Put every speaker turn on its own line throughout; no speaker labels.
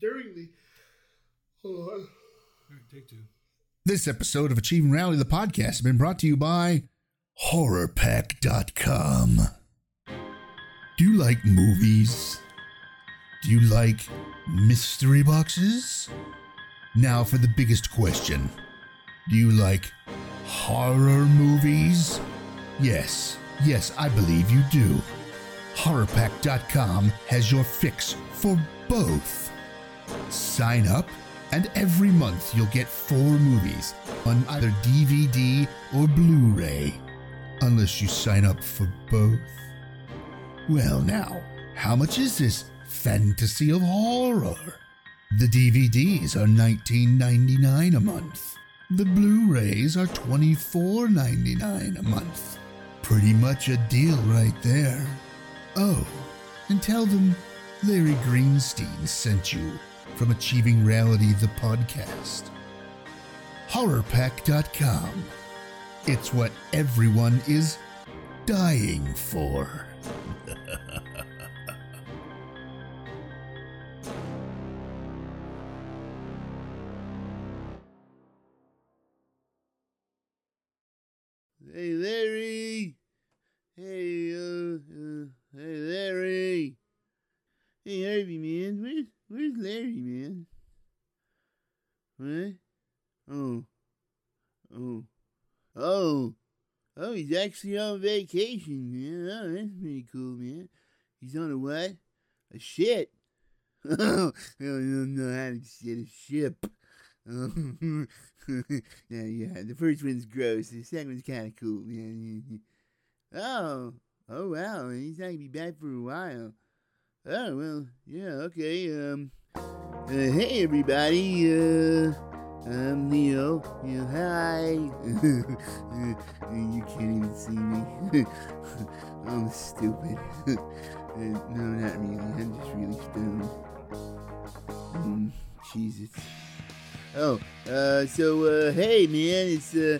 during the. Hold
All
on.
right, take two.
This episode of Achieving Rally, the podcast, has been brought to you by HorrorPack.com. Do you like movies? Do you like mystery boxes? Now for the biggest question Do you like horror movies? Yes, yes, I believe you do. HorrorPack.com has your fix for both. Sign up, and every month you'll get four movies on either DVD or Blu ray, unless you sign up for both. Well, now, how much is this fantasy of horror? The DVDs are $19.99 a month. The Blu rays are $24.99 a month. Pretty much a deal right there. Oh, and tell them Larry Greenstein sent you from Achieving Reality, the podcast. HorrorPack.com. It's what everyone is dying for.
Hey Larry. Hey, uh, uh, hey Larry. Hey Harvey, man. Where's where's Larry, man? What? Oh, oh, oh, oh. He's actually on vacation, man. Oh, that's pretty cool, man. He's on a what? A shit. Oh, I don't know how to shit a ship. Um, yeah, yeah. The first one's gross. The second one's kind of cool. Yeah, yeah, yeah. Oh, oh wow. He's not gonna be back for a while. Oh well, yeah, okay. Um, uh, hey everybody. Uh, I'm Neil. Yeah, hi. you can't even see me. I'm stupid. Uh, no, not really. I'm just really stoned. Mm, Jesus. Oh, uh, so uh, hey man, it's uh,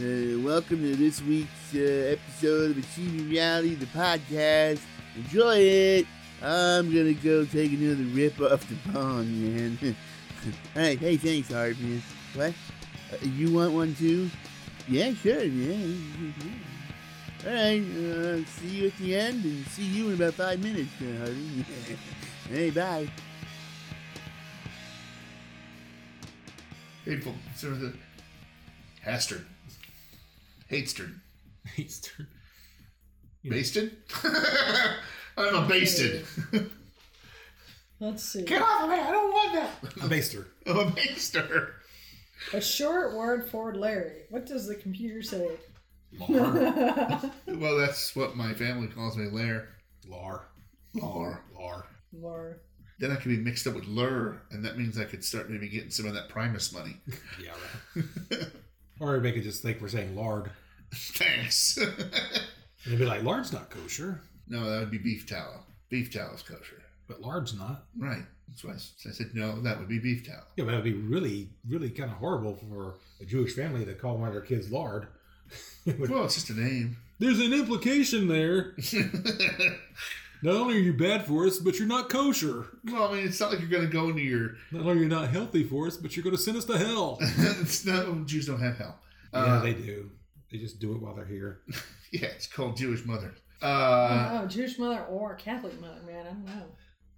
uh, welcome to this week's uh, episode of Achieving Reality, the podcast. Enjoy it. I'm gonna go take another rip off the bong, man. All right, hey, thanks, Harv, man. What? Uh, you want one too? Yeah, sure, man. All right, uh, see you at the end, and see you in about five minutes, uh, Harvey. hey, bye.
Hateful. Consider the. Hastard. Hatestard.
Easter.
Basted? I'm a basted.
Let's see.
Get off of me. I don't want that.
I based her.
I'm a baster.
A short word for Larry. What does the computer say?
Lar.
Well, that's what my family calls me, Lair.
Lar.
Lar.
Lar.
Lar.
Then I could be mixed up with Lur, and that means I could start maybe getting some of that Primus money.
Yeah, right. or they could just think we're saying lard.
Thanks.
And they'd be like, lard's not kosher.
no, that would be beef tallow. Beef tallow's kosher.
But lard's not.
Right. That's why I s- I said, no, that would be beef tallow.
Yeah, but that'd be really, really kind of horrible for a Jewish family to call one of their kids lard.
Well, it's just a name.
There's an implication there. Not only are you bad for us, but you're not kosher.
well, I mean, it's not like you're going to go into your.
Not only are you not healthy for us, but you're going to send us to hell.
it's no, Jews don't have hell.
yeah,
Uh,
they do. They just do it while they're here.
yeah, it's called Jewish mother.
I
Uh,
don't know, Oh, Jewish mother or Catholic mother, man. I don't know.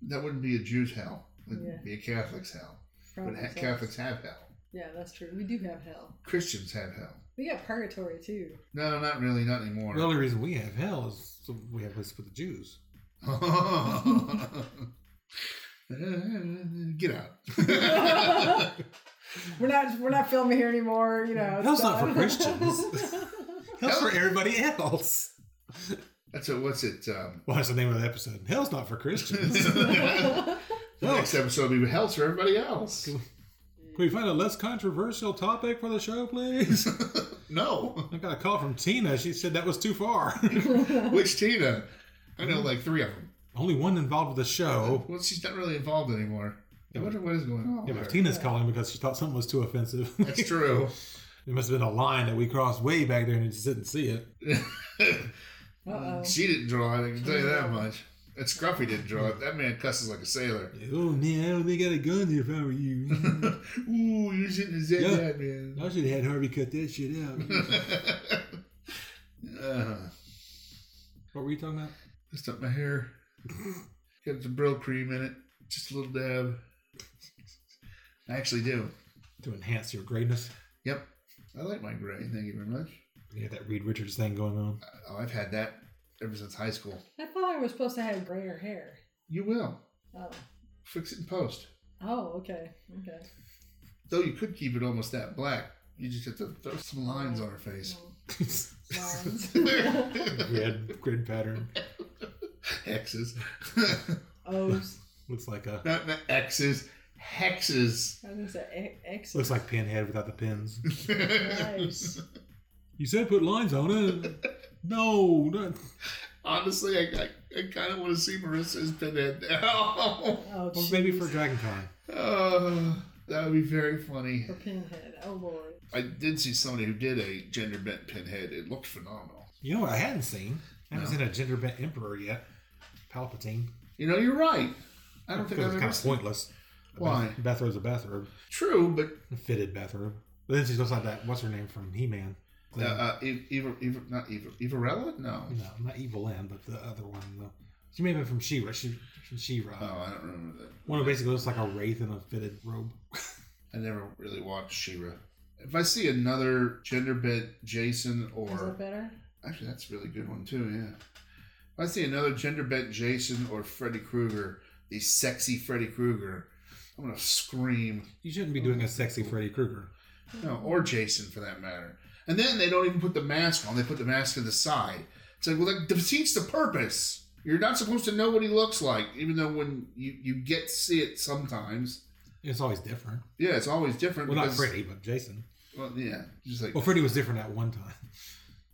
That wouldn't be a Jew's hell. It'd
Yeah.
be a Catholic's hell.
Probably
but ha-
so.
Catholics have hell.
Yeah, that's true. We do have hell.
Christians have hell.
We got purgatory too.
No, not really. Not anymore.
The only reason we have hell is so we have this for the Jews.
Eh, Get out.
We're not we're not filming here anymore. You know. it's
Hell's not
done.
for Christians. Hell's for everybody else.
That's a, what's it? Um,
Well, that's the name of the episode. Hell's not for Christians.
the next episode will be hell's for everybody else.
Can we find a less controversial topic for the show, please?
No.
I got a call from Tina. She said that was too far.
Which Tina? I
Mm-hmm.
know like three of them.
Only one involved with the show.
Well, she's not really involved anymore. I wonder what is going on.
Oh. Yeah, but
with her.
Tina's calling because she thought something was too offensive.
That's true.
There must have been a line that we crossed way back there and you just didn't see it.
Uh-oh.
Mm-hmm.
she didn't draw it, I can tell you that much. And Scruffy didn't draw it. That man cusses like a sailor.
Oh man, I don't think I'd have gone there if I were you.
Ooh, you're sitting his head
Mm-hmm. Yeah.
that man.
I should have had Harvey cut that shit out.
uh,
what were you talking about?
messed up my hair. Got some Brill cream in it. Just a little dab. I actually do.
To enhance your greatness.
Yep. I like my gray. Thank you very much.
You got that Reed Richards thing going on.
Oh, I've had that ever since high school.
I thought I was supposed to have grayer hair.
You will.
Oh.
Fix it in post.
Oh, okay. Okay.
Though you could keep it almost that black. You just have to throw some lines on her face.
Mm. Lines.
Red grid pattern.
hexes.
O's.
Looks like a
not, not X's. Hexes.
I was gonna say e- X.
looks like pinhead without the pins.
nice.
You said put lines on it. No, not
Honestly, I, I, I kind of want to see Marissa's pinhead now.
Oh,
well, maybe for
jeez.
Dragon Con.
oh, that would be very funny.
for pinhead. Oh lord.
I did see somebody who did a gender bent pinhead. It looked phenomenal.
You know what I hadn't seen? I haven't
No.
seen a gender bent emperor yet. Palpatine.
You know, you're right. I don't think
Because
I've
it's
ever
kind of
seen.
pointless. A
Why?
Bath- Bathrobe's a bathrobe.
True, but
A fitted bathrobe. But then she looks like that. What's her name from He Man?
uh, uh, Eve, Eve, Eve, not Eve, Everella? No.
no, not Evil Lynn, but the other one. The, she may have been from She-Ra. She, from She-Ra.
Oh, I don't remember that.
One who basically looks like a wraith in a fitted robe.
I never really watched Shira. If I see another gender bent Jason
Is
or
that better?
actually that's a really good one too, yeah. If I see another gender bent Jason or Freddy Krueger, the sexy Freddy Krueger, I'm gonna scream.
You shouldn't be doing a sexy Freddy Krueger.
No, or Jason for that matter. And then they don't even put the mask on; they put the mask to the side. It's like, well, that defeats the purpose. You're not supposed to know what he looks like, even though when you you get to see it sometimes.
It's always different.
Yeah, it's always different.
Well, not
because-
Freddy, but Jason.
Well, yeah, just like
Well, Freddy was different at one time.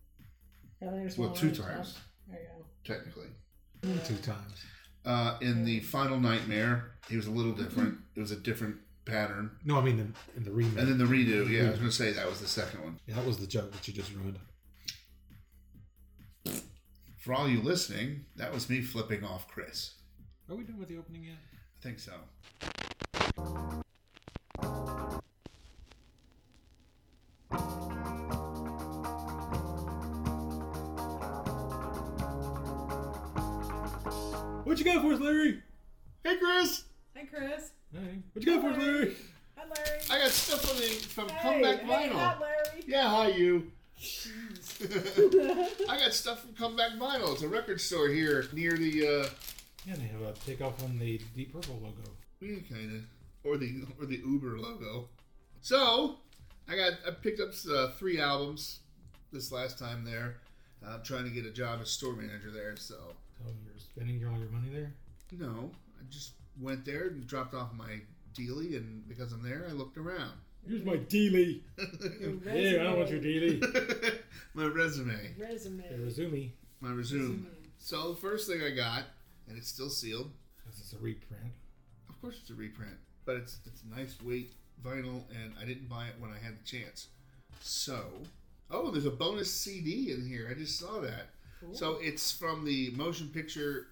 Yeah, there's
well,
one
two
on top.
times.
Oh, There you
technically.
go. Yeah.
Two times.
Uh, in the final nightmare, he was a little different.
Mm-hmm.
It was a different pattern.
No, I mean in, in the remake.
And then the redo, yeah, I was gonna say that was the second one.
yeah, that was the joke that you just ruined.
For all you listening, that was me flipping off Chris.
Are we done with the opening yet?
I think so.
What you got for us, Larry?
Hey Chris,
Hi, Chris.
Hey, what you got for us, Larry?
Hi, Larry.
I got stuff on the from
Hey,
Comeback
hey,
Vinyl.
hi, Larry.
yeah, hi you. I got stuff from Comeback Vinyl. It's a record store here near the uh,
Yeah, they have a takeoff on the Deep Purple logo.
Yeah, kind of. Or the or the Uber logo. So I got I picked up uh, three albums this last time there. I'm trying to get a job as store manager there. So
So you're spending your- all your money there?
no, I just went there and dropped off my dealie, and because I'm there, I looked around.
Here's my dealie.
Your
Yeah, I don't want your
resume.
dealie.
my resume,
Hey,
Resume.
Razumi.
my resume. So the first thing I got, and it's still sealed.
This is a reprint.
Of course, it's a reprint, but it's it's nice weight vinyl, and I didn't buy it when I had the chance. So, oh, there's a bonus CD in here. I just saw that. So it's from the motion picture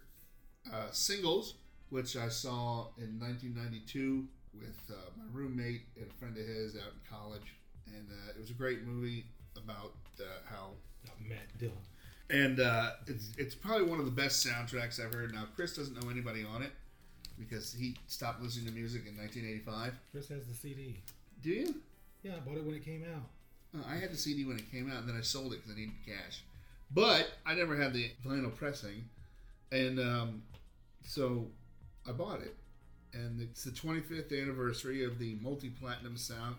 uh, singles, which I saw in 1992 with uh, my roommate and a friend of his out in college, and uh, it was a great movie about uh, how
Not Matt Dillon.
and uh, it's it's probably one of the best soundtracks I've heard. Now Chris doesn't know anybody on it because he stopped listening to music in 1985.
Chris has the CD.
Do you?
Yeah, I bought it when it came out.
Uh, I had the CD when it came out, and then I sold it because I needed cash. But I never had the vinyl pressing, and um, so I bought it. And it's the 25th anniversary of the multi-platinum sound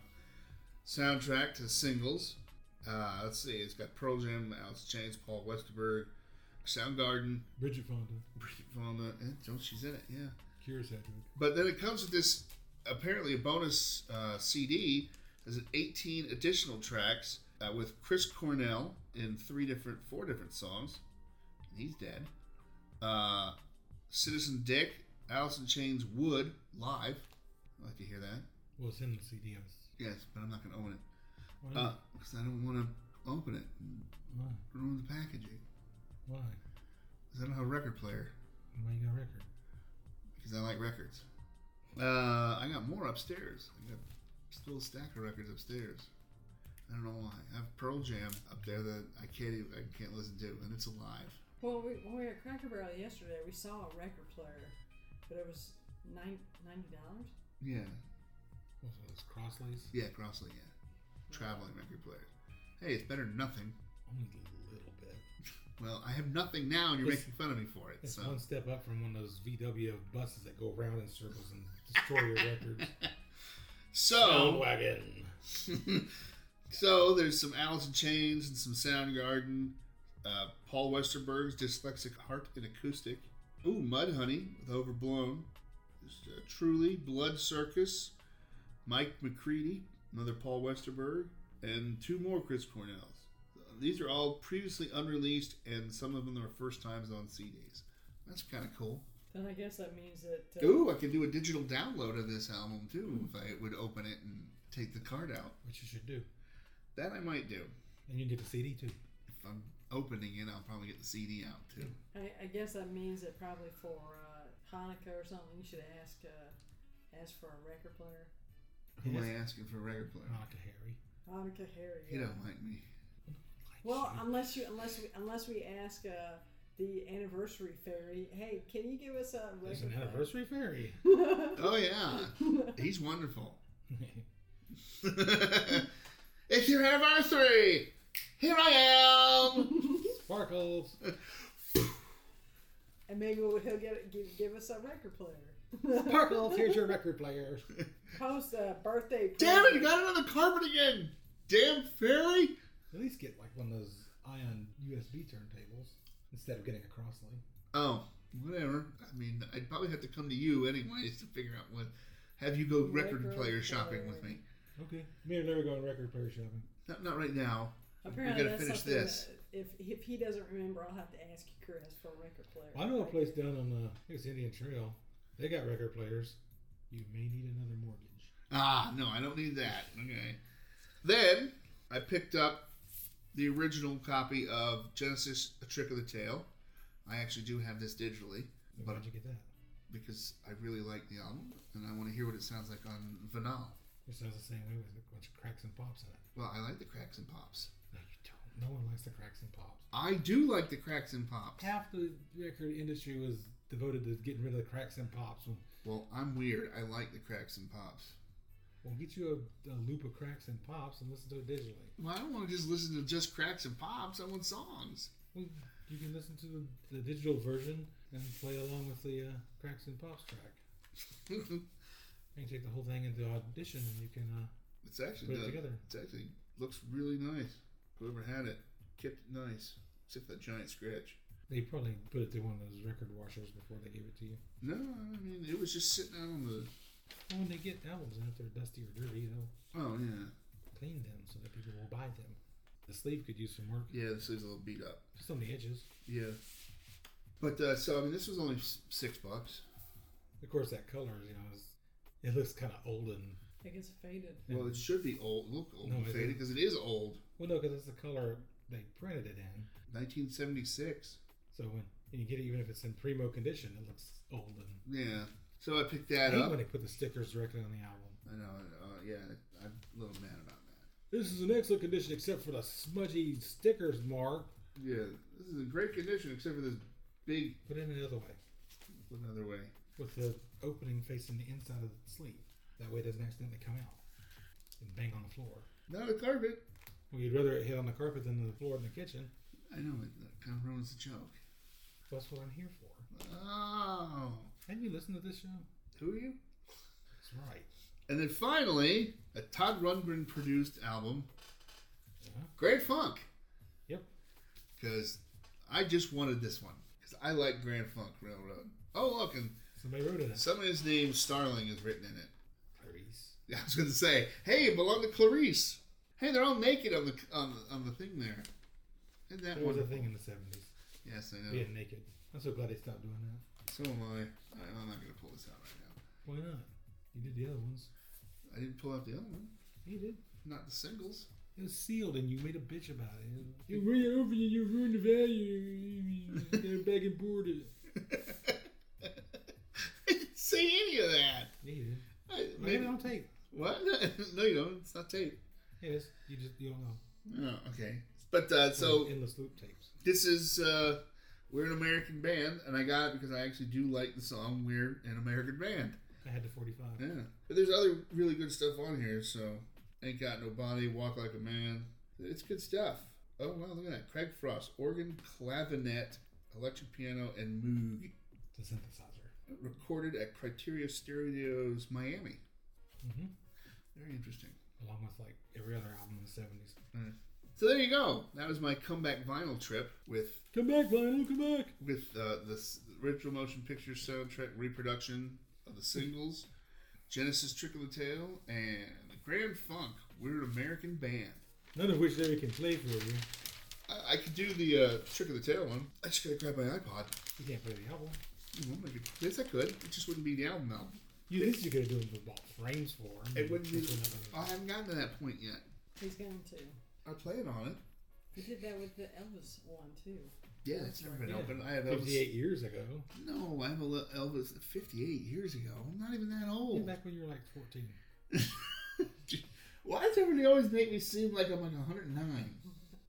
soundtrack to singles. Uh, let's see, it's got Pearl Jam, Alice in Chains, Paul Westerberg, Soundgarden,
Bridget Fonda,
Bridget Fonda. And oh, she's in it, yeah.
Cure Sedgwick.
But then it comes with this apparently a bonus uh, CD as 18 additional tracks uh, with Chris Cornell in three different, four different songs. And he's dead. Uh, Citizen Dick, Alice in Chains, Wood live. I'd like to hear that.
Well, it's in the CD. I was-
Yes, but I'm not going to own it
Why?
because I don't want to open it and
why?
ruin the packaging.
Why?
'Cause I don't have a record player.
Why you got a record?
because I like records. Uh, I got more upstairs. I got still a stack of records upstairs. I don't know why. I have Pearl Jam up there that I can't even, I can't listen to, and it's alive.
Well, we, when we were at Cracker Barrel yesterday, we saw a record player, but it was nine, ninety dollars.
Yeah,
What's those Crossleys?
yeah, Crossley, yeah, traveling record player. Hey, it's better than nothing.
Only a little bit.
Well, I have nothing now, and you're
It's-
making fun of me for it.
It's
So
one step up from one of those VW buses that go around in circles and destroy your records. Oh.
so
wagon.
so there's some Alice in Chains and some Soundgarden. Uh, Paul Westerberg's Dyslexic Heart and Acoustic. Ooh, Mudhoney with Overblown. Just, uh, Truly, Blood Circus. Mike McCready, another Paul Westerberg, and two more Chris Cornells. These are all previously unreleased, and some of them are first times on CDs. That's kind of cool.
Then I guess that means that. Uh,
Ooh, I could do a digital download of this album too if I would open it and take the card out.
Which you should do.
That I might do.
And you can get a CD too.
If I'm opening it, I'll probably get the CD out too.
I, I guess that means that probably for uh, Hanukkah or something, you should ask uh, ask for a record player.
Who am
Yes. Oh.
I asking for a record player?
Not to Harry.
Hanukkah Harry.
He don't like me.
Well, unless you unless we unless we ask uh, the anniversary fairy, hey, can you give us a
There's an
record? player?"
anniversary fairy.
Oh yeah, he's wonderful. it's your anniversary. Here I am.
Sparkles.
and maybe we'll- he'll get give, give us a record player.
Sparkles, here's your record player.
Post a birthday.
Damn it!
present.
You got it on the carpet again. Damn fairy.
At least get like one of those ion USB turntables instead of getting a crosslink.
Oh, whatever. I mean, I'd probably have to come to you anyways to figure out what. Have you go record
Record
player shopping with
player.
me?
Okay. Me and Larry go on record player shopping.
Not, not right now.
Apparently,
we gotta
that's
finish
something
this.
that if if he doesn't remember, I'll have to ask you, Chris, for a record player.
I know a place down on the I think it's Indian Trail. They got record players. You may need another mortgage.
Ah, no, I don't need that. Okay. Then I picked up the original copy of Genesis: A Trick of the Tail. I actually do have this digitally
Why did you get that?
because I really like the album and I want to hear what it sounds like on vinyl.
It sounds the same way with a bunch of cracks and pops in it.
Well, I like the cracks and pops.
No, you don't. No one likes the cracks and pops.
I do like the cracks and pops.
Half the record industry was devoted to getting rid of the cracks and pops. We'll,
Well, I'm weird. I like the cracks and pops.
we'll get you a, a loop of cracks and pops and listen to it digitally.
Well, I don't want to just listen to just cracks and pops. I want songs.
Well, you can listen to the, the digital version and play along with the uh, cracks and pops track.
it's
You can take the whole thing into audition and you can uh,
actually
put it
done-
together.
It actually looks really nice. Whoever had it kept it nice, except for that giant scratch.
They probably put it through one of those record washers before they gave it to you.
No, I mean it was just sitting out on the.
And when they get albums, and if they're dusty or dirty, they'll
Oh yeah,
clean them so that people will buy them. The sleeve could use some work,
yeah. This is a little beat up.
just on the edges.
Yeah. But uh, so I mean, this was only s- six bucks.
Of course, that color, you know, is, it looks kind of olden.
I think it's faded.
Well, it should be old. Look old
No,
and
it
faded
isn't.
because it is old.
Well, no, because it's the color they printed it in.
1976.
So when and you get it, even if it's in primo condition, it looks olden.
Yeah. So I picked
I
that
hate
up.
when they put the stickers directly on the album.
I know. Uh, yeah, I'm a little mad about that.
This is in excellent condition except for the smudgy stickers mark.
Yeah, this is in great condition except for this big
Put it in the other way
another way.
with the opening facing the inside of the sleeve. That way it doesn't accidentally come out and bang on the floor.
Not a carpet.
Well, you'd rather it hit on the carpet than the floor in the kitchen.
I know it that kind of ruins the joke.
That's what I'm here for.
Oh,
Have you listened to this show?
who are you?
That's right.
And then finally, a Todd Rundgren produced album,
Yeah.
Great Funk,
Yep.
because I just wanted this one because I like Grand Funk Railroad. Oh look, and
Somebody wrote it.
somebody's name Starling is written in it.
Clarice.
Yeah, I was going to say, hey, it belonged to Clarice. Hey, they're all naked on the on the, on the thing there. Isn't
That
that
was a
wonderful?
thing in the 70s.
Yes, I know.
Being naked. I'm so glad they stopped doing that.
So am I. I- I'm not going to pull this out right now.
Why not? You did the other ones.
I didn't pull out the other one,
You did.
not the singles.
It was sealed, and you made a bitch about it. You ruined it over, and you ruined the value. They're begging board it.
seen any of that.
Yeah, you did.
I,
Maybe
maybe
on tape.
what? no, you don't. It's not tape.
It is. You just you don't know.
Oh, okay. But uh, so
endless loop tapes.
this is uh, we're an American band, and I got it because I actually do like the song "We're an American Band."
I had the forty five.
Yeah, but there's other really good stuff on here. So ain't got no body, walk like a man. It's good stuff. Oh wow, look at that! Craig Frost, organ, clavinet, electric piano, and moog.
The synthesizer.
Recorded at Criteria Studios, Miami. Mm-hmm.
hmm
Very interesting.
Along with like every other album in the seventies.
So there you go. That was my comeback vinyl trip with
Come back, vinyl. Come back.
with uh, the s- original motion picture soundtrack reproduction of the singles Genesis Trick of the Tail and the Grand Funk We're an American Band.
None of which Larry can play for you.
I, I could do the uh, Trick of the Tail one. I just gotta grab my iPod.
You can't play the album.
Mm, I could- Yes, I could. It just wouldn't be the album album.
You at least you could have done the ball frames for him.
It wouldn't be.
Which we're not
I
gonna-
haven't gotten to that point yet.
He's going to.
I play it on it.
He did that with the Elvis one too.
Yeah, it's never been
Yeah.
open. I have
Fifty
Elvis.
eight years ago.
No, I have a li- Elvis 58 years ago. I'm not even that old.
Back when you were like fourteen.
Why does everybody always make me seem like I'm like 109?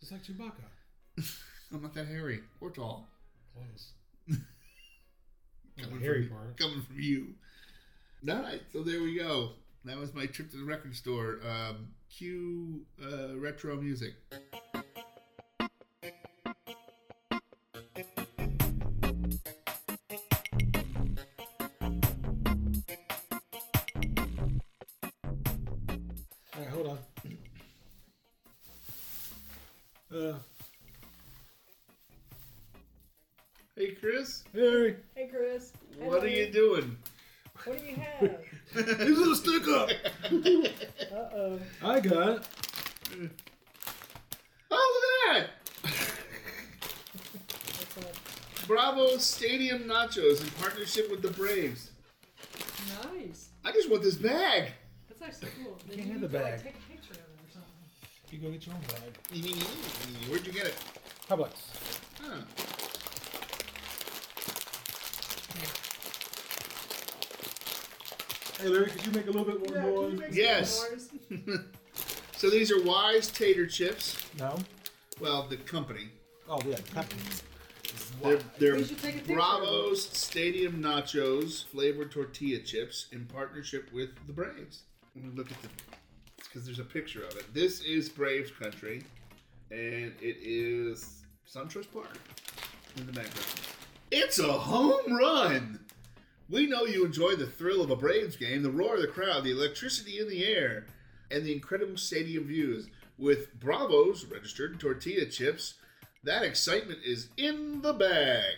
Just like Chewbacca.
I'm not that hairy or tall.
Close. Not the
Coming
hairy
from,
part.
Coming from you. All right, so there we go. That was my trip to the record store. Um, cue uh, retro music.
All right, hold on. Uh,
Hey, Chris,
Harry,
Hey Chris.
what are you doing?
What do you have?
here's a little stick up.
uh oh.
I got it.
Oh, look at
What's up?
that! Bravo Stadium Nachos in partnership with the Braves.
Nice.
I just want this bag.
That's actually cool. Then
Can't
you
have
need
the
to, like,
bag.
take a picture of it or something.
You go get your own bag.
Where'd you get it?
Publix.
Huh.
Hey, Larry, could you make a little bit more noise?
Yes. So these are Wise Tater Chips.
No.
Well, the company.
Oh yeah. company.
They're, they're
We should take a picture.
Bravo's Stadium Nachos flavored tortilla chips in partnership with the Braves. Let me Look at the because there's a picture of it. This is Braves country, and it is SunTrust Park in the background. It's a home run. We know you enjoy the thrill of a Braves game, the roar of the crowd, the electricity in the air, and the incredible stadium views. With Bravo's registered tortilla chips, that excitement is in the bag.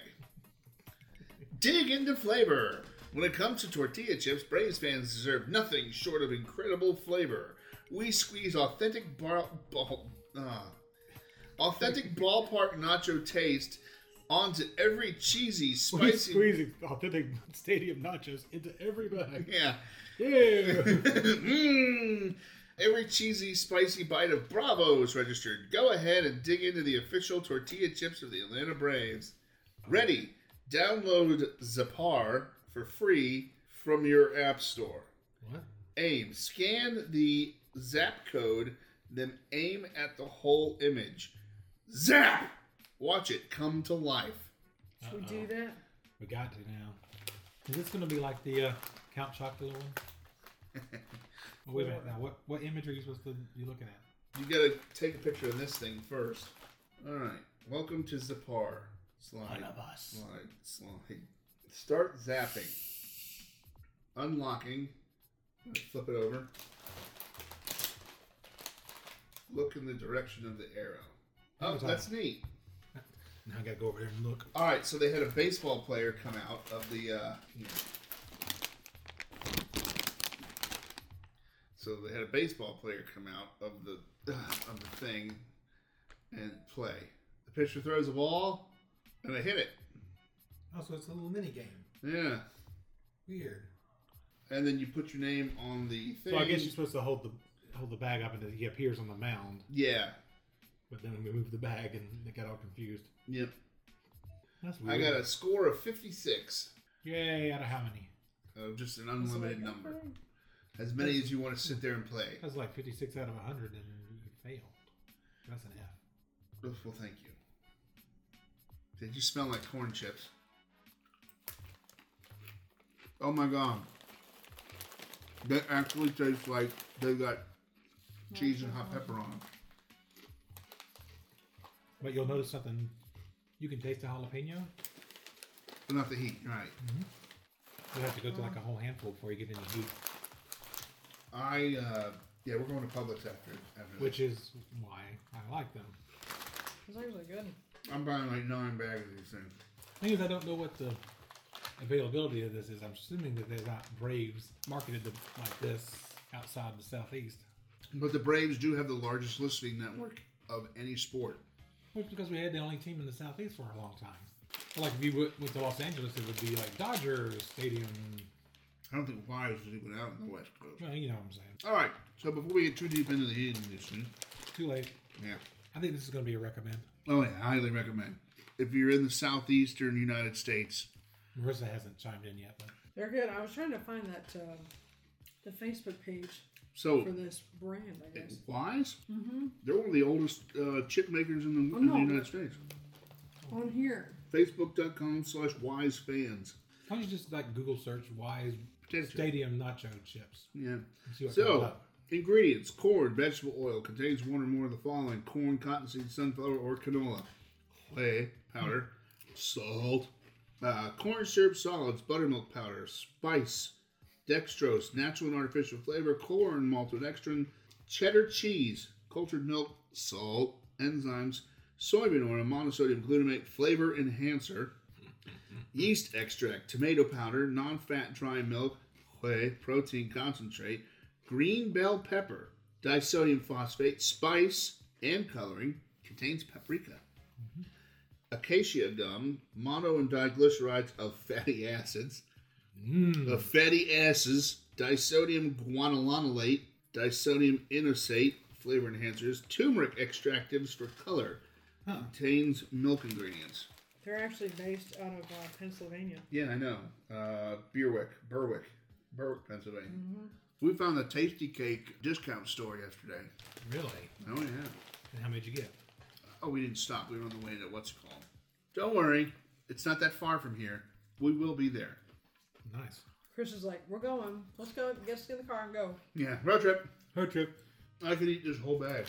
Dig into flavor. When it comes to tortilla chips, Braves fans deserve nothing short of incredible flavor. We squeeze authentic bar- ball, ah. authentic ballpark nacho taste onto every cheesy,
We
spicy.
squeezing authentic stadium nachos into every bag.
Yeah.
Yeah.
Mmm. Every cheesy, spicy bite of Bravo is registered. Go ahead and dig into the official tortilla chips of the Atlanta Braves. Ready? Download Zapar for free from your app store.
what?
Aim. Scan the zap code, then aim at the whole image. Zap! Watch it come to life.
Should we do that?
We got to now. Is this going to be like the uh, Count Chocula one? Oh, wait a minute. Now, what what image are you supposed to be looking at?
You gotta take a picture of this thing first. Alright. Welcome to Zapar. Slide. Slide. Slide. Start zapping. Unlocking. Flip it over. Look in the direction of the arrow. Oh, that's neat.
Now I got to go over there and look.
All right, so they had a baseball player come out of the. Uh, here. So they had a baseball player come out of the uh, of the thing, and play. The pitcher throws a ball, and they hit it.
Oh, so it's a little mini game.
Yeah,
Weird.
and then you put your name on the thing.
So I guess you're supposed to hold the hold the bag up until he appears on the mound,
yeah.
but then we moved the bag and they got all confused.
Yep.
That's
I
weird.
got a score of fifty six.
Yay! Out of how many?
of just an
It's
unlimited
like,
number,
okay.
as many as you want to sit there and play.
That's like 56 out of 100, and you failed. That's an F.
Well, thank you. Did you smell like corn chips? Oh my god. They actually taste like they got cheese and hot pepper on them.
But you'll notice something. You can taste the jalapeno.
But not the heat, right.
You'll have to go through like a whole handful before you get any heat,
I, uh, yeah, we're going to Publix after, after
which is why I like them.
It's actually good.
this. I'm buying like nine bags of these things.
thing is, I don't know what the availability of this is. I'm assuming that they're not Braves marketed them like this outside the southeast.
But the Braves do have the largest listening network of any sport.
Which because we had the only team in the southeast for a long time. But, like if you went, went to Los Angeles, it would be like Dodgers Stadium.
I don't think Wise is even out in the West Coast.
Well, you know what I'm saying.
All right, so before we get too deep into the heat in this thing,
Too late.
yeah.
I think this is going to be a recommend.
Oh yeah, highly recommend. If you're in the southeastern United States,
Marissa hasn't chimed in yet, but
They're good. I was trying to find that um, the Facebook page for
so
this brand. I guess.
Wise, they're one of the oldest uh, chip makers in the,
Oh,
in the
no.
United States.
On here,
Facebook.com slash Wise Fans.
why don't you just like Google search Wise
Potato chip.
Stadium Nacho Chips?
Yeah.
and see what comes
So,
up.
ingredients corn, vegetable oil, contains one or more of the following corn, cottonseed, sunflower, or canola, clay, powder, salt, uh, corn syrup solids, buttermilk powder, spice, dextrose, natural and artificial flavor, corn, maltodextrin, cheddar cheese, cultured milk, salt, enzymes, soybean oil, monosodium glutamate, flavor enhancer, yeast extract, tomato powder, non-fat dry milk, whey, protein concentrate, green bell pepper, disodium phosphate, spice, and coloring. Contains paprika, acacia gum, mono and diglycerides of fatty acids,
Hmm. Mm-hmm. uh,
of fatty acids, disodium guanolinolate, disodium inosate, flavor enhancers, turmeric extractives for color. Contains milk ingredients.
they're actually based out of uh, Pennsylvania.
Yeah, I know. Uh, Berwick, Berwick, Berwick, Pennsylvania. We found a tasty cake discount store yesterday.
Really?
Oh yeah.
And how many did you get?
Oh, we didn't stop. We were on the way to what's it called. Don't worry, it's not that far from here. We will be there.
Nice.
Chris is like, "We're going. Let's go. Get us in the car and go."
Yeah, road trip.
Her trip.
I could eat this whole bag.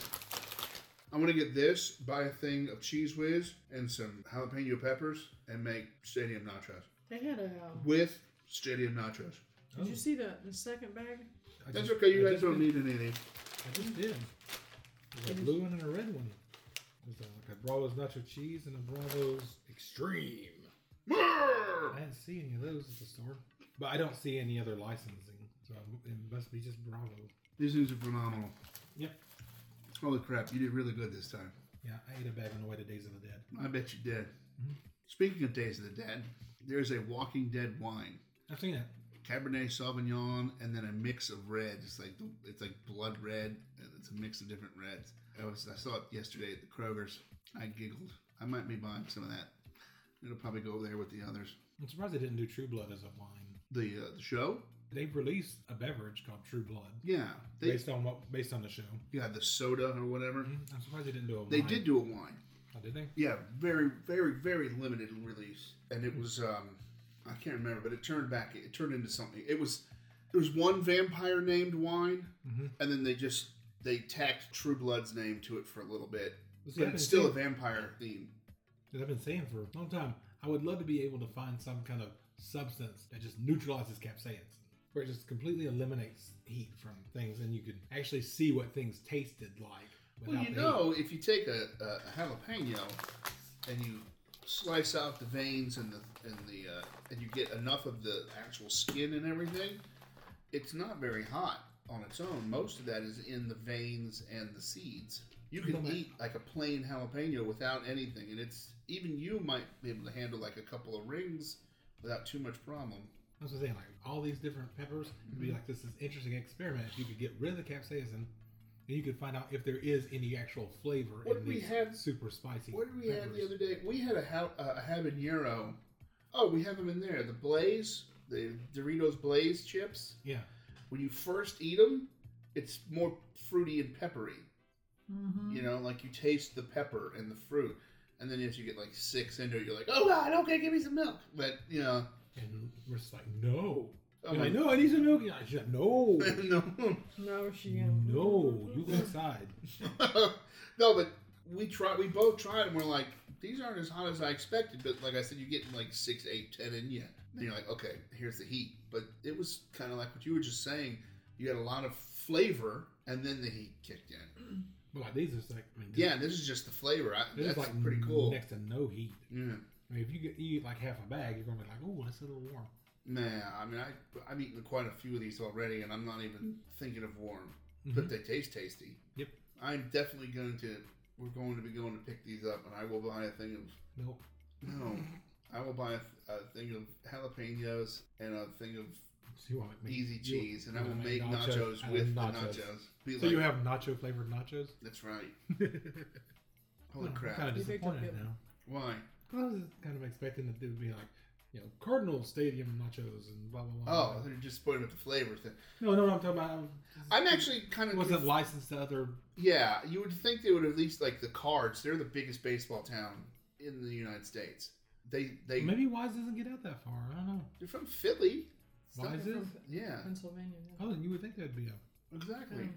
I'm gonna get this, buy a thing of cheese whiz and some jalapeno peppers, and make stadium nachos
They had a. Um,
with stadium nachos.
Did you see the, the second bag?
Oh, I
That's
just-
okay. You
I
guys
just
don't
did-
need anything.
I just did. There's a blue one and a red one. There's a, like a Bravo's nacho cheese and a Bravo's extreme.
Brrr!
I didn't see any of those at the store, but I don't see any other licensing, so it must be just Bravo.
These things are phenomenal.
Yep.
Holy crap, you did really good this time.
Yeah, I ate a bag on the way to Days of the Dead.
I bet you did.
Mm-hmm.
Speaking of Days of the Dead, there's a Walking Dead wine,
I've seen it.
Cabernet Sauvignon, and then a mix of reds. It's like it's like blood red. and It's a mix of different reds. I was I saw it yesterday at the Kroger's. I giggled. I might be buying some of that. It'll probably go there with the others.
I'm surprised they didn't do True Blood as a wine.
The uh, the show,
They've released a beverage called True Blood
yeah, they
based on what based on the show. Mm-hmm.
yeah the soda or whatever.
I'm surprised they didn't do a wine.
They did do a wine.
Oh, did they?
Yeah, very, very, very limited release, and it was um, I can't remember, but it turned back. It turned into something. It was there was one vampire named wine,
Mm-hmm.
and then they just they tacked True Blood's name to it for a little bit,
Well, see,
but
I've
it's
been
still a
seeing-
vampire theme.
that I've been saying for a long time. I would love to be able to find some kind of substance that just neutralizes capsaicin, where it just completely eliminates heat from things, and you can actually see what things tasted like.
Well, you
the
know, if you take a, a, a jalapeno and you slice out the veins and the and the uh, and you get enough of the actual skin and everything, it's not very hot on its own. Most of that is in the veins and the seeds. You can
But my-
eat like a plain jalapeno without anything, and it's even you might be able to handle like a couple of rings without too much problem.
heat. That's what I'm saying. Like all these different peppers, it'd
Mm-hmm.
be like this is interesting experiment. If you could get rid of the capsaicin, and you could find out if there is any actual flavor
What
in
did we
these
have-
super spicy.
What did we have
peppers.
uh, the other day? We had a, ha- a habanero. Oh, we have them in there. The Blaze the Doritos Blaze chips,
Yeah.
when you first eat them, it's more fruity and peppery.
Mm-hmm.
You know, like you taste the pepper and the fruit, and then as you get like six into it, you're like, "Oh God, okay, give me some milk." But you know,
And we're just like, no.
oh
You're
my
like, no, I need some milk. And I just, no.
no,
No, she. Um,
no, you go inside.
no, but we tried. We both tried, and we're like, these aren't as hot as I expected. But like I said, you get like six, eight, ten in you, and you're like, okay, here's the heat. But it was kind of like what you were just saying. You had a lot of flavor, and then the heat kicked in.
But like these are just like, I mean, this,
Yeah, this is just the flavor. I,
this is
that's
like
pretty cool.
Next to no heat.
Yeah,
I mean, if you get, you eat like half a bag, you're gonna be like, oh, that's a little warm.
man. I mean, I I've eaten quite a few of these already, and I'm not even thinking of warm, but they taste tasty.
Mm-hmm. Yep.
I'm definitely going to. We're going to be going to pick these up, and I will buy a thing of
Nope.
No, I will buy a, a thing of jalapenos and a thing of
So you want to make
easy
you-
cheese, and
you
I will
wanna
make nachos,
and
with
nachos.
the nachos. Be
So
like,
you have nacho flavored nachos.
that's right.
Holy
Holy crap!
Kind of
You picked up
disappointed
the-
now.
Why?
'Cause I was kind of expecting that they would be like, you know, Cardinal Stadium nachos and blah blah blah.
Oh, they're disappointed with the flavor thing.
no, no, no, I'm talking about. I'm,
I'm actually kind
it
of
wasn't licensed to other.
yeah. You would think they would at least like the Cards. They're the biggest baseball town in the United States. They they
Maybe Wise doesn't get out that far. I don't know.
they're from Philly.
Wise
They're
is.
from
Yeah,
Pennsylvania. Yeah.
Oh, then you would think that'd be a
exactly.
Um,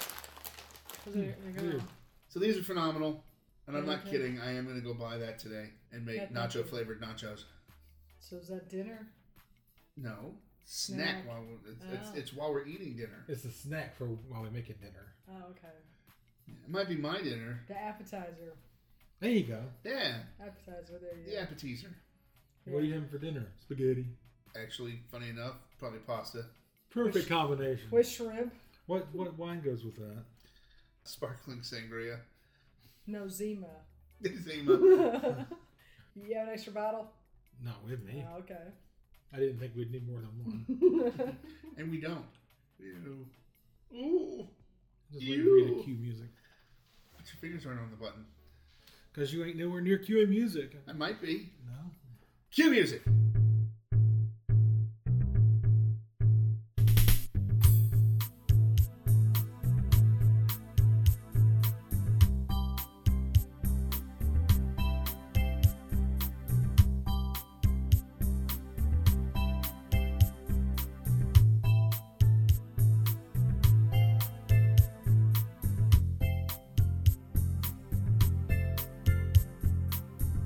Oh.
'cause they're, they're gonna,
Weird.
So these are phenomenal, and I'm not
Okay.
kidding. I am going to go buy that today and make
That- that's
nacho
good.
flavored nachos.
So is that dinner?
No. Snack
Snack.
while we're, it's, it's,
Oh.
it's while we're eating dinner.
it's a snack for while we make it dinner.
Oh, okay.
It might be my dinner.
The appetizer.
There you go.
Yeah,
Appetizer. There you
the appetizer.
What are you having for dinner? Spaghetti.
Actually, funny enough, probably pasta.
Perfect combination.
go. With shrimp.
What what wine goes with that?
Sparkling sangria.
No Zima.
Zima.
you have an extra bottle?
Not with me.
Oh, okay.
I didn't think we'd need more than one.
and we don't. Ew. Ooh.
Just waiting for you
Ew.
to cue music.
But your fingers aren't on the button.
Because you ain't nowhere near cueing music.
I might be.
No.
Cue music.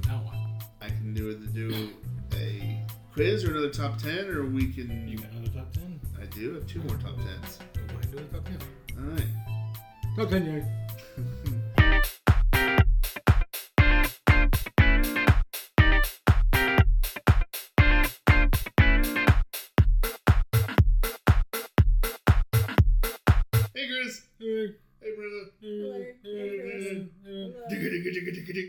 Now what?
I can do it. Do a quiz or another top ten, or we can.
You got another top 10?
I do have two more top tens.
Go ahead and do the top 10.
All right.
Top 10, yay.
Hey, Chris. Hey, brother.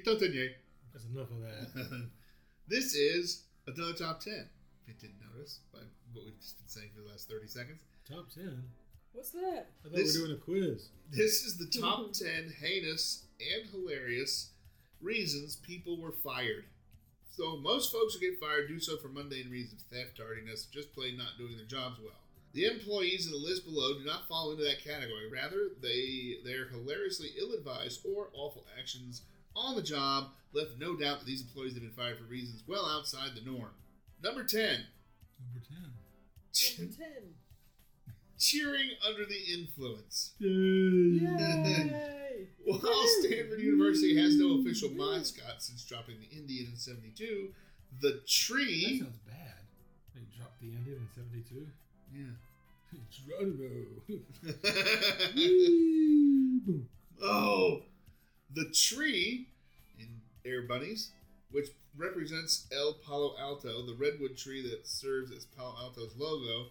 Top 10, yay.
That's enough of that.
this is another top 10. If you didn't notice by what we've just been saying for the last 30 seconds,
Top 10?
What's that?
I thought
This-
we were doing a quiz.
this is the top 10 heinous and hilarious reasons people were fired. So, most folks who get fired do so for mundane reasons theft, tardiness, just plain not doing their jobs well. The employees in the list below do not fall into that category. Rather, they their hilariously ill-advised or awful actions on the job left no doubt that these employees have been fired for reasons well outside the norm. Number 10.
Number 10.
Number ten.
cheering under the influence.
Yay.
Yay!
While Stanford University has no official mascot since dropping the Indian in 72, the
That
tree.
sounds bad. They dropped the Indian in 72.
Yeah.
Geronimo.
oh! The tree in Air Bunnies, which represents El Palo Alto, the redwood tree that serves as Palo Alto's logo,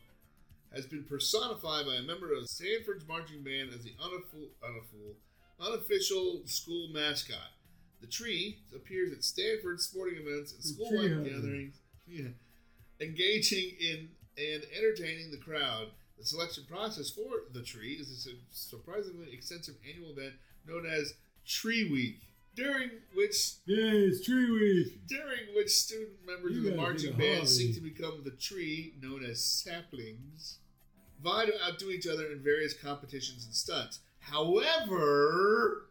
has been personified by a member of Stanford's marching band as the unoffu- unoffu- unofficial school mascot. The tree appears at Stanford sporting events and
The
school-like
tree hugger.
gatherings, yeah, engaging in and entertaining the crowd. The selection process for the tree is a su- surprisingly extensive annual event known as Tree Week. during which
Yeah, it's tree week.
during which student members
You
of the
gotta be
marching
a
band
hobby.
seek to become the tree known as saplings, vie to outdo each other in various competitions and stunts. However,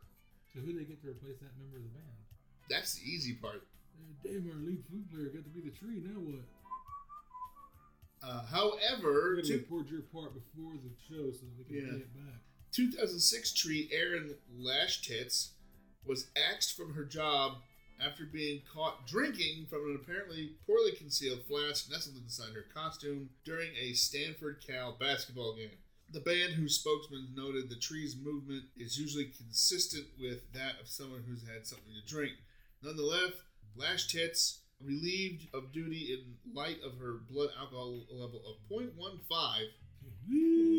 So who they get to replace that member of the band?
that's the easy part.
Uh, Damn, our lead flute player got to be the tree. Now what?
Uh,
We're
however,
gonna
two,
record your part before the show so that we can
Yeah.
play it back.
2006 tree Erin Lashtits was axed from her job after being caught drinking from an apparently poorly concealed flask nestled inside her costume during a Stanford Cal basketball game. The band, whose spokesman noted the tree's movement is usually consistent with that of someone who's had something to drink. Nonetheless, Lash Tits, relieved of duty in light of her blood alcohol level of 0.15,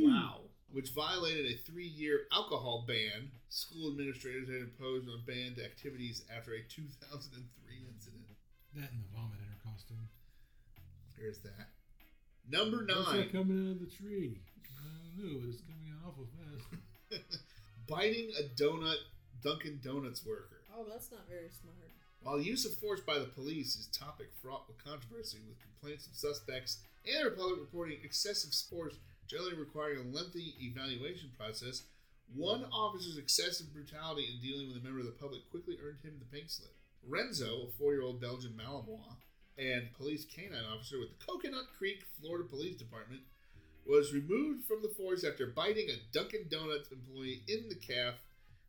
Wow. Which violated a three year alcohol ban school administrators had imposed on banned activities after a 2003 incident.
That and the vomit in her costume.
There's that. Number
What's that
nine
coming out of the tree? I don't know, but it's coming out awful fast.
biting a donut Dunkin' Donuts worker.
Oh, that's not very smart.
While use of force by the police is topic fraught with controversy, with complaints of suspects and the public reporting excessive force generally requiring a lengthy evaluation process, one officer's excessive brutality in dealing with a member of the public quickly earned him the pink slip. Renzo, a four-year-old Belgian Malinois, and police canine officer with the Coconut Creek, Florida Police Department, was removed from the force after biting a Dunkin' Donuts employee in the calf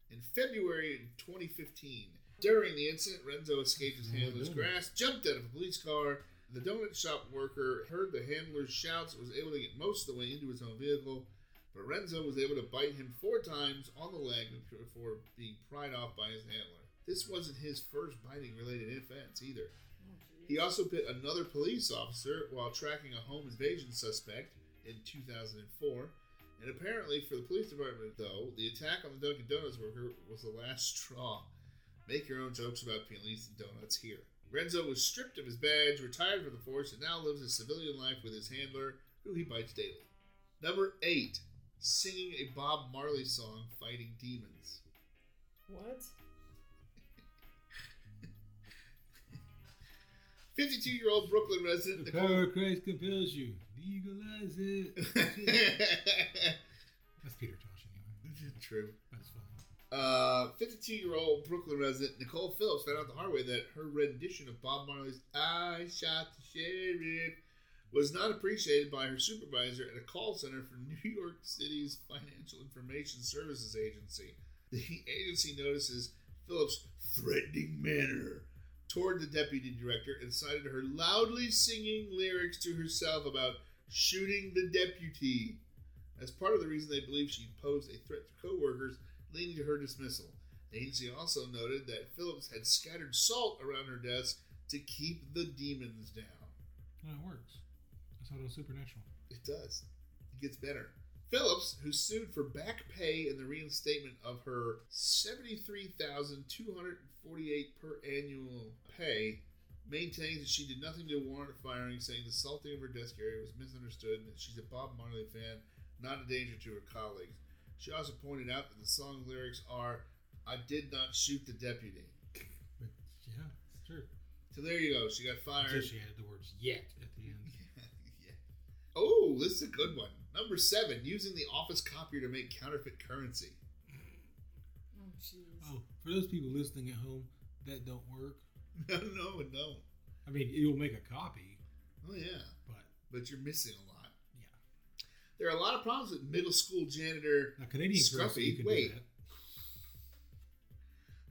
in February 2015. During the incident, Renzo escaped his handler's grasp, jumped out of a police car. The donut shop worker heard the handler's shouts, was able to get most of the way into his own vehicle, but Renzo was able to bite him four times on the leg before being pried off by his handler. This wasn't his first biting related offense either.
Oh,
He also bit another police officer while tracking a home invasion suspect in 2004. And apparently, for the police department, though, the attack on the Dunkin' Donuts worker was the last straw. Make your own jokes about police and donuts here. Renzo was stripped of his badge, retired from the force, and now lives his civilian life with his handler, who he bites daily. Number eight, singing a Bob Marley song, Fighting Demons.
What?
52 year old Brooklyn resident
The
Nicole.
power of Christ compels you. Legalize it. That's Peter Tosh anyway.
True.
That's funny.
52 year old Uh, Brooklyn resident Nicole Phillips found out the hard way that her rendition of Bob Marley's I Shot the Sheriff was not appreciated by her supervisor at a call center for New York City's Financial Information Services Agency. The agency notices Phillips' threatening manner toward the deputy director and cited her loudly singing lyrics to herself about shooting the deputy as part of the reason they believe she posed a threat to coworkers, leading to her dismissal. The agency also noted that Phillips had scattered salt around her desk to keep the demons down.
No, it works. I saw it on Supernatural.
It does. It gets better. Phillips, who sued for back pay and the reinstatement of her seventy-three thousand two hundred forty-eight per annual pay, maintains that she did nothing to warrant a firing, saying the salting of her desk area was misunderstood and that she's a Bob Marley fan, not a danger to her colleagues. She also pointed out that the song's lyrics are "I did not shoot the deputy."
But yeah, it's true.
So there you go. She got
Until
fired.
she added the words yet at the end.
yeah. Oh, this is a good one. Number seven, using the office copier to make counterfeit currency.
Oh, jeez.
Oh, for those people listening at home, that don't work.
No, no, no.
I mean, you'll make a copy,
Oh, yeah.
but
But you're missing a lot.
yeah.
There are a lot of problems with middle school janitor.
Now, Canadian
Scruffy,
currency, you can
wait.
do that.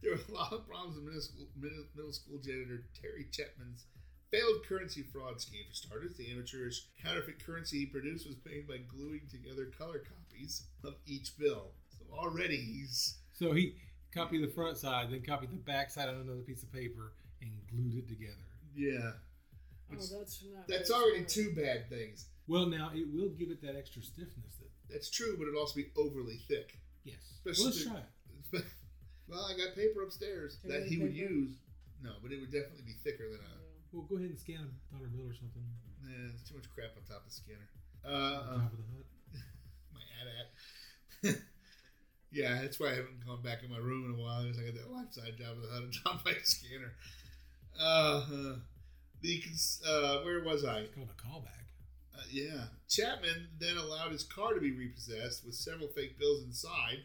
There are a lot of problems with middle school, middle, middle school janitor Terry Chapman's failed currency fraud scheme. For starters, the amateurish counterfeit currency he produced was made by gluing together color copies of each bill. So already he's
So he copied the front side, then copied the back side on another piece of paper and glued it together.
yeah.
Oh,
Which-
that's not.
that's
very smart.
already two bad things.
Well, now it will give it that extra stiffness. That
That's true, but it'd also be overly thick.
yes,
But
well, let's
still-
try it.
well, I got paper upstairs
Do you
that
have
he would
paper?
use. No, but it would definitely be thicker than a.
Well, go ahead and scan a dollar bill or something
Nah, there's too much crap on Uh-uh. top of the scanner.
on
Uh,
top of the hut.
my uh, ad ad. Yeah, that's why I haven't gone back in my room in a while because I got that lifetime job with a HUD atop my scanner. Uh, huh. the cons- uh, where was I?
It's called a callback.
Uh, yeah. Chapman then allowed his car to be repossessed with several fake bills inside,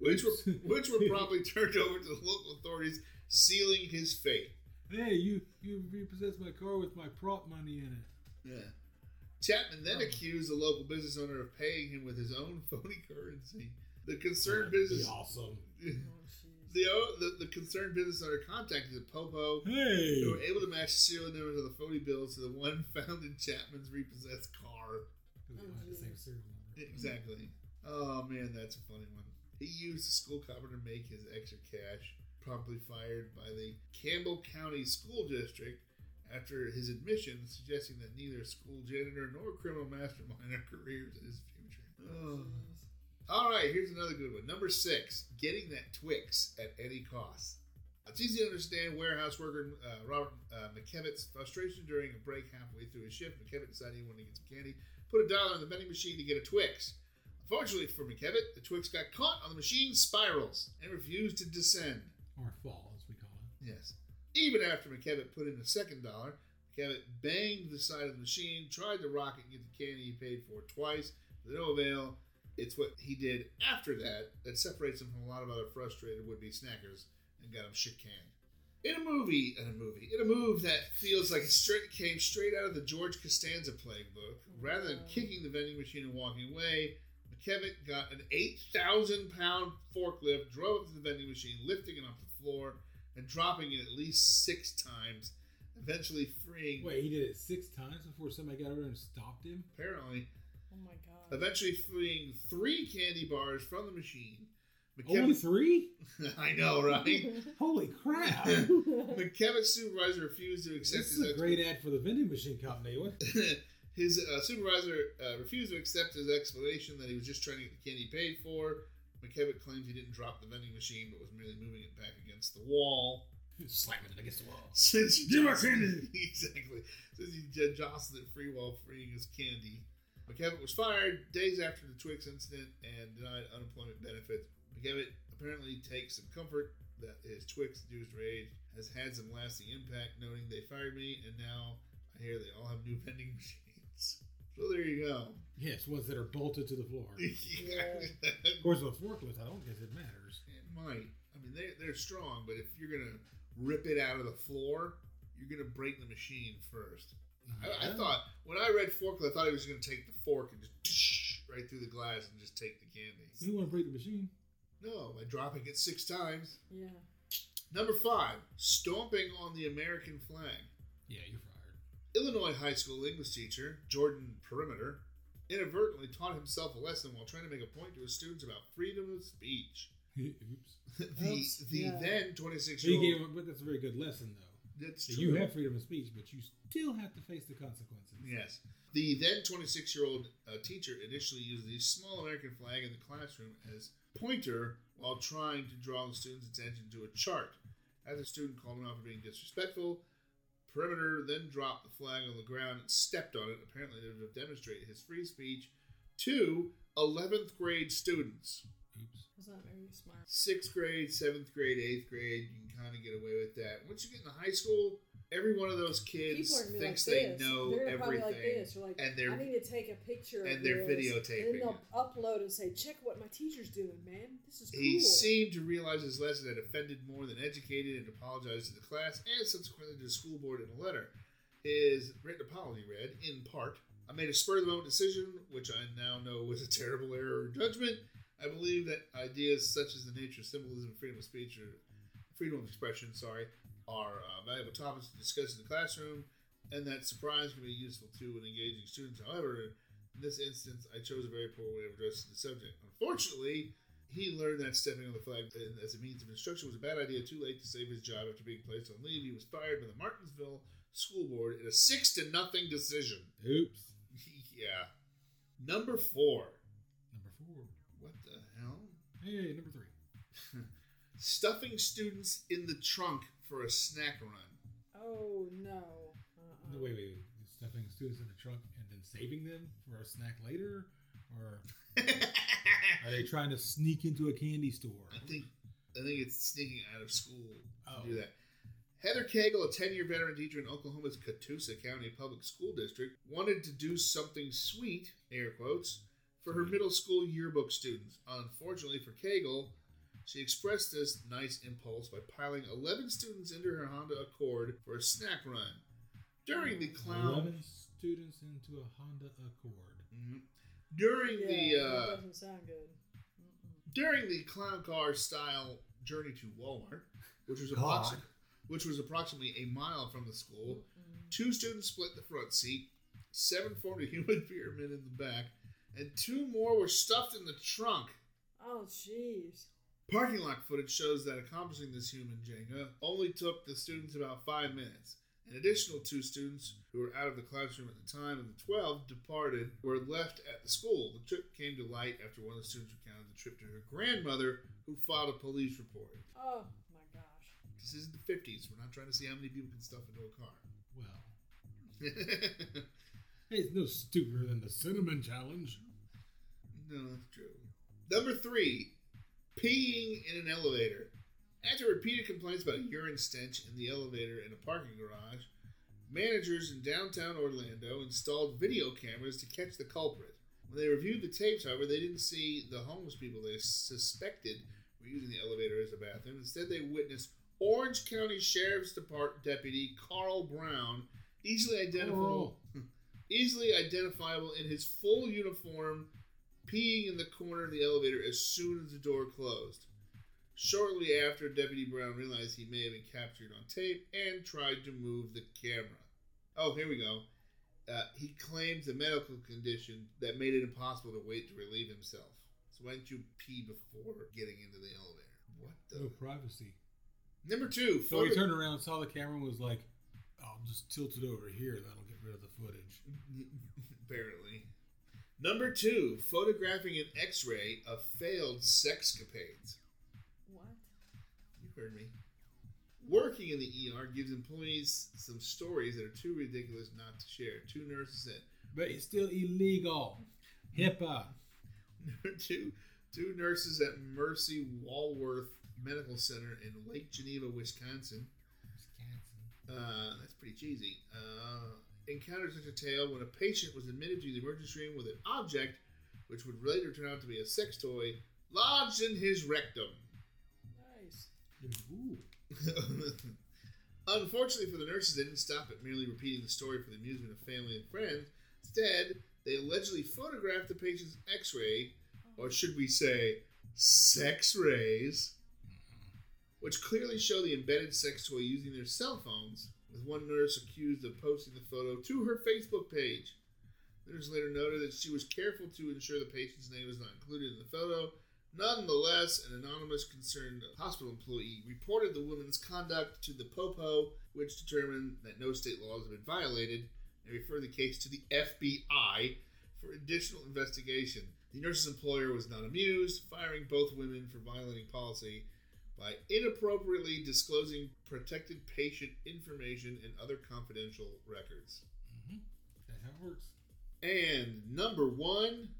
which were which were promptly turned over to the local authorities, sealing his fate.
Hey, you you repossessed my car with my prop money in it.
Yeah. Chapman then accused the local business owner of paying him with his own phony currency. The concerned business
awesome.
Oh, jeez.
the, the the concerned business owner contacted the Popo,
Hey,
who were able to match serial numbers of the phony bills to the one found in Chapman's repossessed car.
They wanted the same serial number.
Exactly. Oh man, that's a funny one. He used the school copper to make his extra cash, promptly fired by the Campbell County School District after his admission, suggesting that neither school janitor nor criminal mastermind are careers in his future. Oh. All right, here's another good one. Number six, getting that Twix at any cost. It's easy to understand warehouse worker uh, Robert uh, McKevitt's frustration during a break halfway through his shift. McKevitt decided he wanted to get some candy, put a dollar in the vending machine to get a Twix. Unfortunately for McKevitt, the Twix got caught on the machine's spirals and refused to descend.
or fall as we call it.
Yes. Even after McKevitt put in a second dollar, McKevitt banged the side of the machine, tried to rock it and get the candy he paid for twice, to no avail. It's what he did after that that separates him from a lot of other frustrated would-be snackers and got him shit canned. In a movie, in a movie, in a move that feels like it straight came straight out of the George Costanza playbook, rather than kicking the vending machine and walking away, McKevitt got an 8,000 pound forklift, drove up to the vending machine, lifting it off the floor, and dropping it at least six times, eventually freeing,
Wait, he did it six times before somebody got over there and stopped him.
apparently,
Oh my god.
eventually freeing three candy bars from the machine.
Only
McKevitt,
three?
I know, right?
Holy crap!
McKevitt's supervisor refused to accept
this
his
is a great e- ad for the vending machine company. What?
his uh, supervisor uh, refused to accept his explanation that he was just trying to get the candy paid for. McKevitt claims he didn't drop the vending machine, but was merely moving it back against the wall.
Slamming it against the wall.
Since he
Give me my
jostled-
candy!
exactly. Since he j- jostled it free while freeing his candy. McKevitt was fired days after the Twix incident and denied unemployment benefits. McKevitt apparently takes some comfort that his Twix induced rage has had some lasting impact, noting they fired me and now I hear they all have new vending machines. So there you go.
Yes, ones that are bolted to the floor. of
it
course, with a forklift, I don't guess it matters.
might. I mean, they're, they're strong, but if you're going to rip it out of the floor, you're going to break the machine first. I, I
Yeah.
thought when I read forklift, I thought he was going to take the fork and just right through the glass and just take the candy.
You want to break the machine?
No, by dropping it six times.
Yeah.
Number five, stomping on the American flag.
Yeah, you're fired.
Illinois high school English teacher Jordan Perimeter inadvertently taught himself a lesson while trying to make a point to his students about freedom of speech.
Oops.
the
Oops,
the
yeah.
then 26
So you
year
gave
old.
him, but that's a very good lesson, though.
That's
So
true.
you have freedom of speech, but you still have to face the consequences.
Yes. The then 26 year old uh, teacher initially used the small American flag in the classroom as pointer while trying to draw the student's attention to a chart. As the student called him out for being disrespectful, Perimeter then dropped the flag on the ground and stepped on it, apparently to demonstrate his free speech to 11th grade students.
Oops.
That's not very smart.
Sixth grade, seventh grade, eighth grade, you can kind of get away with that. Once you get into high school, every one of those
People
kids
are gonna be
thinks
like
they
this.
know
They're probably
everything.
like this. You're like,
and they're
I need to take a picture of
and they're
this. And
videotaping
then they'll
it.
upload and say, check what my teacher's doing, man. This is cool.
He seemed to realize his lesson had offended more than educated and apologized to the class and subsequently to the school board in a letter. His written apology read, in part, I made a spur of the moment decision, which I now know was a terrible error or judgment. I believe that ideas such as the nature of symbolism, freedom of speech, or freedom of expression, sorry, are uh, valuable topics to discuss in the classroom, and that surprise can be useful too when engaging students. However, in this instance, I chose a very poor way of addressing the subject. Unfortunately, he learned that stepping on the flag as a means of instruction was a bad idea too late to save his job after being placed on leave. He was fired by the Martinsville School Board in a six to nothing decision.
Oops.
yeah. Number four.
Number four.
What the hell?
Hey, number three.
Stuffing students in the trunk for a snack run.
Oh, no. Uh-uh.
No, wait, wait, wait. Stuffing students in the trunk and then saving them for a snack later, or Are they trying to sneak into a candy store?
I think I think it's sneaking out of school
Oh.
to do that. Heather Cagle, a 10 year veteran teacher in Oklahoma's Catoosa County Public School District, wanted to do something sweet, air quotes, for
Hmm.
her middle school yearbook students. Unfortunately for Cagle, she expressed this nice impulse by piling 11 students into her Honda Accord for a snack run. During the clown.
Hmm, Eleven students into a Honda Accord.
Mhm. During
yeah,
the. Uh,
that doesn't sound good.
during the clown car style journey to Walmart, which was
God.
approximately which was approximately a mile from the school, two students split the front seat, seven formed a human pyramid in the back, and two more were stuffed in the trunk.
Oh, jeez.
Parking lot footage shows that accomplishing this human Jenga only took the students about five minutes. An additional two students who were out of the classroom at the time, and the 12 departed, were left at the school. The trip came to light after one of the students recounted the trip to her grandmother, who filed a police report.
Oh my gosh.
This isn't the 50s. We're not trying to see how many people can stuff into a
Well,
car.
hey, it's no stupider than the cinnamon challenge.
No, that's true. Number three, peeing in an elevator. After repeated complaints about a urine stench in the elevator in a parking garage, managers in downtown Orlando installed video cameras to catch the culprit. When they reviewed the tapes, however, they didn't see the homeless people they suspected were using the elevator as a bathroom. Instead, they witnessed Orange County Sheriff's Department Deputy Carl Brown, easily identifiable, easily identifiable in his full uniform peeing in the corner of the elevator as soon as the door closed. Shortly after, Deputy Brown realized he may have been captured on tape and tried to move the camera. Oh, here we go. Uh, he claims a medical condition that made it impossible to wait to relieve himself. So why didn't you pee before getting into the elevator? What the?
No privacy.
Number two.
Oh. So he
photo-
turned around, saw the camera, and was like, "Oh, "I'll just tilt it over here. That'll get rid of the footage."
Apparently. Number two, photographing an X-ray of failed sexcapades.
What?
You heard me. Working in the ER gives employees some stories that are too ridiculous not to share. Two nurses said,
But it's still illegal. HIPAA.
two, two nurses at Mercy Walworth Medical Center in Lake Geneva, Wisconsin. Uh, that's pretty cheesy. Uh, encountered such a tale when a patient was admitted to the emergency room with an object, which would later turn out to be a sex toy, lodged in his rectum.
Nice.
Ooh.
Unfortunately for the nurses, they didn't stop at merely repeating the story for the amusement of family and friends. Instead, they allegedly photographed the patient's x ray, or should we say, sex rays, which clearly show the embedded sex toy using their cell phones, with one nurse accused of posting the photo to her Facebook page. The nurse later noted that she was careful to ensure the patient's name was not included in the photo, Nonetheless, an anonymous concerned hospital employee reported the woman's conduct to the POPO, which determined that no state laws have been violated and referred the case to the FBI for additional investigation. The nurse's employer was not amused, firing both women for violating policy by inappropriately disclosing protected patient information and other confidential records.
That's Mm-hmm. how it works.
And number one,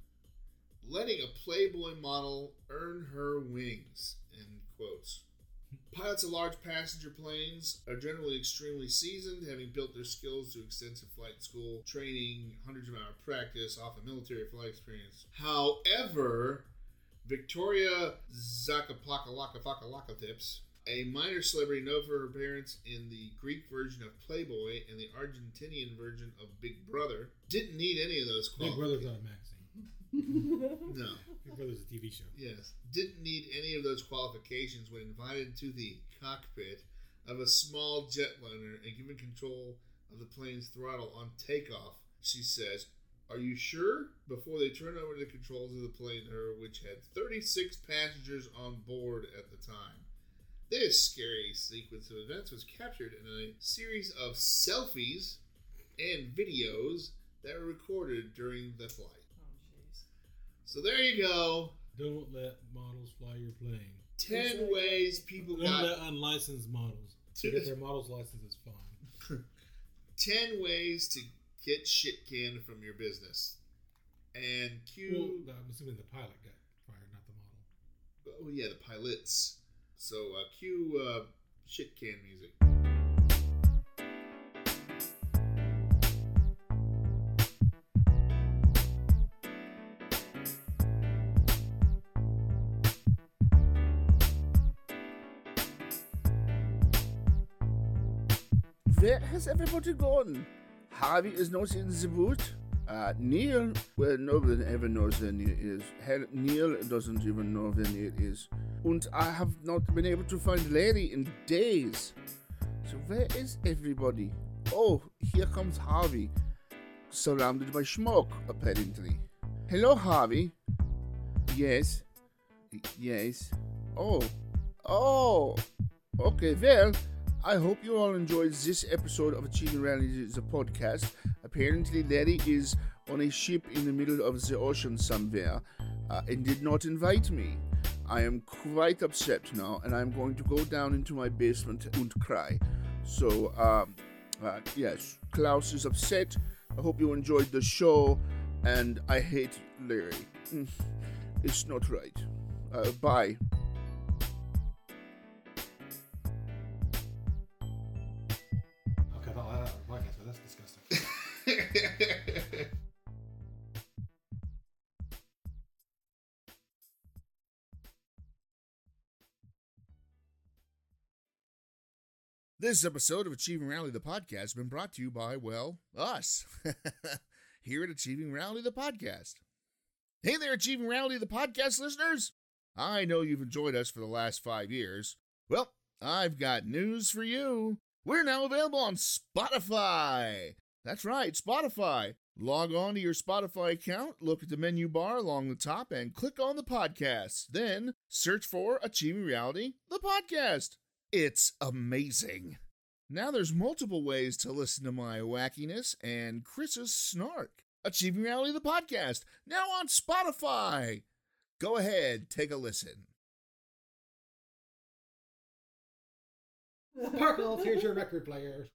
letting a Playboy model earn her wings. End quotes. Pilots of large passenger planes are generally extremely seasoned, having built their skills through extensive flight school training, hundreds of hour practice, often military flight experience. However, Victoria Zakapakalakalakatips, a minor celebrity known for her appearance in the Greek version of Playboy and the Argentinian version of Big Brother, didn't need any of those
Big
qualities.
Brother's not a magazine.
Oh,
No.
Big Brother's a TV show.
Yes. Didn't need any of those qualifications when invited to the cockpit of a small jetliner and given control of the plane's throttle on takeoff. She says, Are you sure? Before they turn over the controls of the plane to her, which had 36 passengers on board at the time. This scary sequence of events was captured in a series of selfies and videos that were recorded during the flight.
Oh, jeez.
So there you go.
Don't let models fly your plane.
10 ways people
Don't let
got
unlicensed models.
Two-
They Get their models license is fine.
10 ways to get shit canned from your business. And
Well,
Q
I'm assuming the pilot got
oh yeah, the pilots. So uh, cue uh, shit can music.
Where has everybody gone? Harvey is not in the boat. Uh, Neil, well, nobody ever knows where Neil is. Hell, Neil doesn't even know where Neil is. And I have not been able to find Larry in days. So where is everybody? Oh, here comes Harvey, surrounded by smoke, apparently. Hello, Harvey. Yes. Y- Yes. Oh. Oh. Okay, well, I hope you all enjoyed this episode of Achieving Reality, the podcast. Apparently, Larry is on a ship in the middle of the ocean somewhere uh, and did not invite me. I am quite upset now, and I'm going to go down into my basement and cry. So, um, uh, yes, Klaus is upset. I hope you enjoyed the show, and I hate Larry. Mm, It's not right. Uh, bye.
I'll cut all that out of the podcast, but that's disgusting.
This episode of Achieving Reality the Podcast has been brought to you by, well, us here at Achieving Reality the Podcast. Hey there, Achieving Reality the Podcast listeners! I know you've enjoyed us for the last five years. Well, I've got news for you. We're now available on Spotify. That's right, Spotify. Log on to your Spotify account, look at the menu bar along the top, and click on the podcast. Then search for Achieving Reality the Podcast. It's amazing. Now there's multiple ways to listen to my wackiness and Chris's snark. Achieving Reality the podcast now on Spotify. Go ahead, take a listen.
Sparkle, here's your record player.